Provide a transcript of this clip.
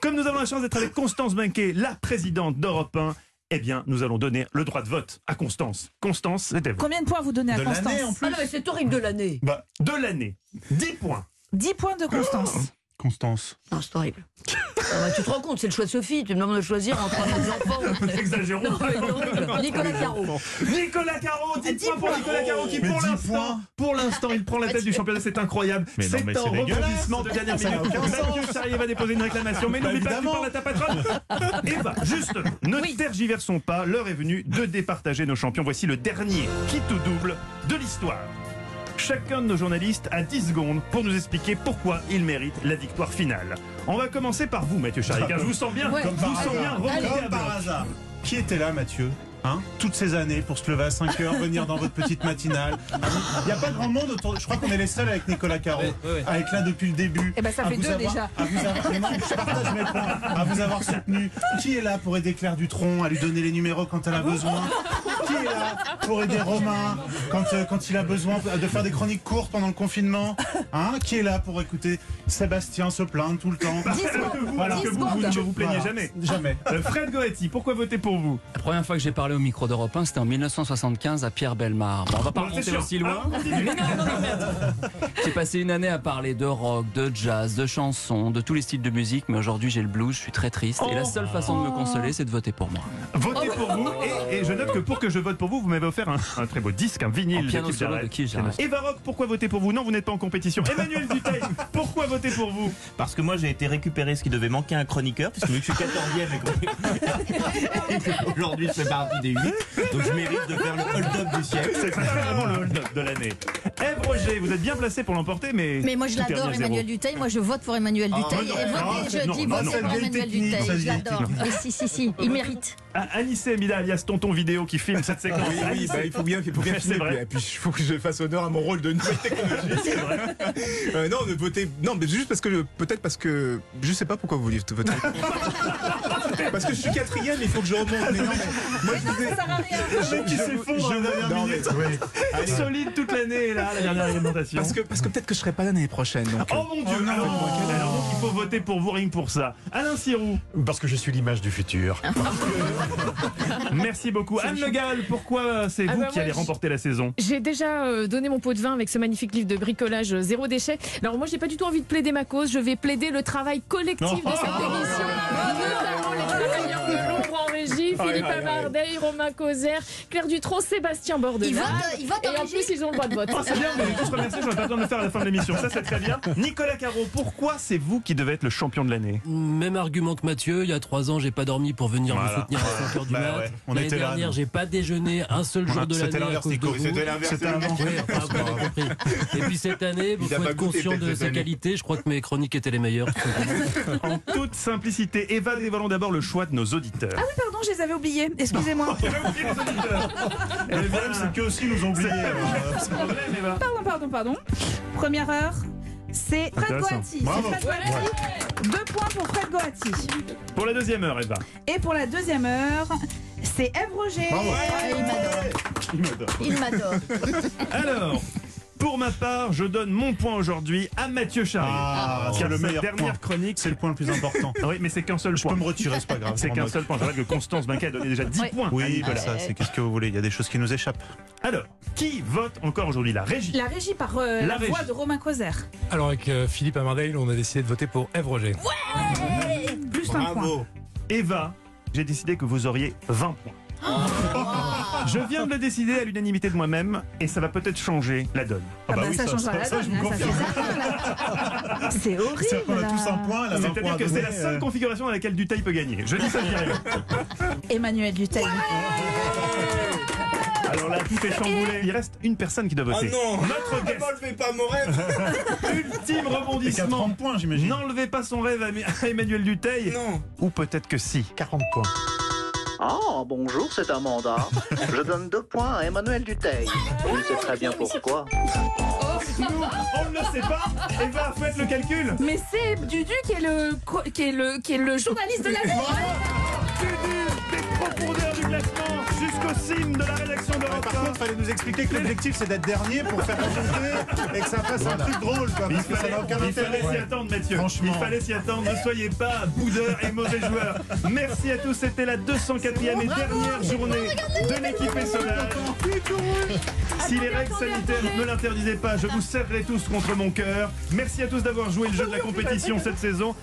Comme nous avons la chance d'être avec Constance Benquet, la présidente d'Europe 1, eh bien, nous allons donner le droit de vote à Constance. Constance, c'était vous. Combien de points vous donnez à De l'année, en Constance plus. Ah non, mais c'est horrible de l'année. Bah, De l'année. 10 points. 10 points de Constance. Oh. Constance. Non, c'est horrible. Ah bah, tu te rends compte, c'est le choix de Sophie. Tu me demandes de choisir entre des enfants. Exagérons. Non, mais c'est horrible. Nicolas Caro. Nicolas Caro, 10 points pour Nicolas Caro qui, Mais pour 10 l'instant, points. pour l'instant, il prend la tête du championnat. C'est incroyable. Mais non, C'est mais un c'est dégueulasse. rebondissement de dernière Ça n'a minute. aucun sens. Mathieu Charrier va déposer une réclamation. Mais n'oublie pas que tu Évidemment. parles à ta patronne. Et bah, juste, ne tergiversons pas. L'heure est venue de départager nos champions. Voici le dernier qui tout double de l'histoire. Chacun de nos journalistes a 10 secondes pour nous expliquer pourquoi il mérite la victoire finale. On va commencer par vous, Mathieu Charrier, car je vous sens bien, Ouais. vous sens bien remonter à Comme bloc. par hasard. Qui était là, Mathieu Hein Toutes ces années pour se lever à 5 h venir dans votre petite matinale. Ah Il n'y a pas grand monde autour. de- Je crois qu'on est les seuls avec Nicolas Caro, Ouais, ouais, ouais. avec là depuis le début. Eh ben, ça À fait vous deux, avoir- déjà. À vous avoir, vraiment, je partage mes points. À vous avoir soutenu. Qui est là pour aider Claire Dutronc à lui donner les numéros quand elle Ah a besoin Qui est là pour aider Romain quand, euh, quand il a besoin de faire des chroniques courtes pendant le confinement Hein Qui est là pour écouter Sébastien se plaindre tout le temps Alors que Dix vous, vous ne secondes. vous plaignez Voilà. Ah, jamais. Jamais. Euh, Fred Goetti, pourquoi voter pour vous La première fois que j'ai parlé au micro d'Europe 1, c'était en 1975 à Pierre Belmar. Bon, on va pas Bon, c'est remonter sûr. aussi loin. Ah, on continue. J'ai passé une année à parler de rock, de jazz, de chansons, de tous les styles de musique, mais aujourd'hui j'ai le blues, je suis très triste. Et la Oh. seule façon de me consoler, c'est de voter pour moi. Votez pour vous et, et je note que pour que je vote pour vous, vous m'avez offert un, un très beau disque, un En vinyle piano Keith solo Jarrett. de Keith Jarrett. Eva Rock, pourquoi voter pour vous Non, vous n'êtes pas en compétition. Emmanuel Duteil, pourquoi voter pour vous Parce que moi j'ai été récupérer ce qui devait manquer à un chroniqueur, parce que vu que je suis 14ème et que- et que aujourd'hui je fais partie des 8, donc je mérite de faire le hold-up du siècle. C'est vraiment le hold-up de l'année. Ah. Ève Roger, vous êtes bien placé pour l'emporter, mais. Mais moi je tout est remis l'adore à zéro. Ah, Emmanuel Duteil, moi je vote pour Emmanuel Duteil non, et non, votez- je non, dis non, votez pour non, c'est Emmanuel vieille technique, Duteil, je ça, vieille l'adore. Mais si si si, il mérite. Ah, Anissé Mida, alias Tonton Vidéo qui filme cette séquence. Ah, Oui, oui, Anissé, bah, il faut bien, il faut bien C'est filmer. vrai. Et puis, il faut que je fasse honneur à mon rôle de nouvelle technologie. Euh, non, ne votez. Non, mais juste parce que. Peut-être parce que. Je sais pas pourquoi vous voulez voter. parce que je suis quatrième, il faut que je remonte. Mais non, mais moi, je vous ai- Ça sert à rien. Oh, Ah, le mec qui je- s'effondre je- à la dernière non, mais- minute. oui. Allez. Solide toute l'année, là, la dernière alimentation. Parce que, parce que peut-être que je serai pas là l'année prochaine. donc, euh, Oh mon dieu! alors, alors donc, il faut voter pour vous, rien que pour ça. Alain Sirou, Parce que je suis l'image du futur. merci beaucoup. Anne Le Gall, pourquoi euh, c'est Ah vous bah qui moi, allez je- remporter la saison? J'ai déjà euh, donné mon pot de vin avec ce magnifique livre de bricolage euh, zéro déchet. Alors moi, j'ai pas du tout envie de plaider ma cause. Je vais plaider le travail collectif de cette émission, notamment les travailleurs de l'ombre en régie, Philippe Abardeil, Romain Causer, Claire Dutronc, Sébastien Bordelais. Il vote, il vote Et en en régie. plus, ils ont le droit de vote. Oh, c'est bien, vous allez tous remercier, j'aurais pas besoin de le faire à la fin de l'émission. Ça, c'est très bien. Nicolas Caro, pourquoi c'est vous qui devez être le champion de l'année Même argument que Mathieu, il y a trois ans, j'ai pas dormi pour venir vous Voilà. soutenir à 5h du Bah mat. ouais, on L'année était là, dernière, nous. j'ai pas déjeuné un seul Ah, C'était l'inverse, Nico. C'était l'inverse. C'était C'était l'inverse. Oui, enfin, Ah, vous avez compris. Et puis cette année, vous Il a faut pas être goûté, conscient de peut-être, ses cette année. qualités. Je crois que mes chroniques étaient les meilleures. En toute simplicité, Eva, dévoilons d'abord le choix de nos auditeurs. Pardon, je les avais oubliés. Excusez-moi. Eh Le bien, problème, c'est qu'eux aussi nous ont oubliés. alors, euh, c'est un problème, Eva. Pardon, pardon, pardon. Première heure, c'est Fred Intéressant. Goati. Bravo. C'est Fred Goati. Deux points pour Fred Goati. Pour la deuxième heure, Eva. Et pour la deuxième heure, c'est Eve Roger. Bravo. Ah, il m'adore, Il m'adore. il m'adore. Alors, pour ma part, je donne mon point aujourd'hui à Mathieu Charrier. Ah, c'est Car le sa meilleur dernière point. chronique. C'est le point le plus important. Ah Oui, mais c'est qu'un seul Je peux point. me retirer, c'est pas grave. C'est je qu'un m'en seul point. Je rappelle que Constance Binquet a donné déjà 10 Ouais. points. moque. Oui, Ah, bah ça, c'est qu'est-ce que vous voulez. Il y a des choses qui nous échappent. Alors, qui vote encore aujourd'hui La régie. La régie par euh, La la, voix régie. de Romain Causer. Alors avec euh, Philippe Amardel, on a décidé de voter pour Ève Roger. Plus un point. Bravo. Eva, j'ai décidé que vous auriez 20 points. Je viens de le décider à l'unanimité de moi-même et ça va peut-être changer la donne. Ah bah, bah oui, ça, ça- changera ça- la ça, je donne. vous hein, ça changera la- C'est C'est horrible. qu'on a là. tous un point. là, 20 Ah, points C'est-à-dire à que c'est donner, la seule euh, configuration dans laquelle Duteil peut gagner. Je dis ça, je dis rien. Emmanuel Duteil. Alors là, tout est chamboulé. Il reste une personne qui doit ah voter. Notre guest. N'enlevez euh, pas mon rêve Ultime Et qu'à rebondissement. 30 points, j'imagine. N'enlevez pas son rêve à M- à Emmanuel Duteil. Non Ou peut-être que si. 40 points. Ah, bonjour, c'est Amanda. Je donne deux points à Emmanuel Duteil. Je sais très bien pourquoi. On ne le sait pas. Eva, faites le calcul. Mais c'est Dudu qui est le, co- qui est le, qui est le journaliste de la vie. du nul des profondeurs du classement jusqu'au cime de la rédaction d'Europe. Par contre, fallait nous expliquer que l'objectif c'est d'être dernier pour faire remonter et que ça fasse un truc drôle, quoi, Mais parce que il ça n'a fallait, aucun il intérêt. fallait s'y attendre, Mathieu. Franchement. Il fallait s'y attendre. Ne soyez pas boudeur et mauvais joueur. Merci à tous. C'était la 204e et dernière journée de l'équipe Essolage. Si les règles sanitaires ne l'interdisaient pas, je vous serrerais tous contre mon cœur. Merci à tous d'avoir joué le jeu de la compétition cette saison.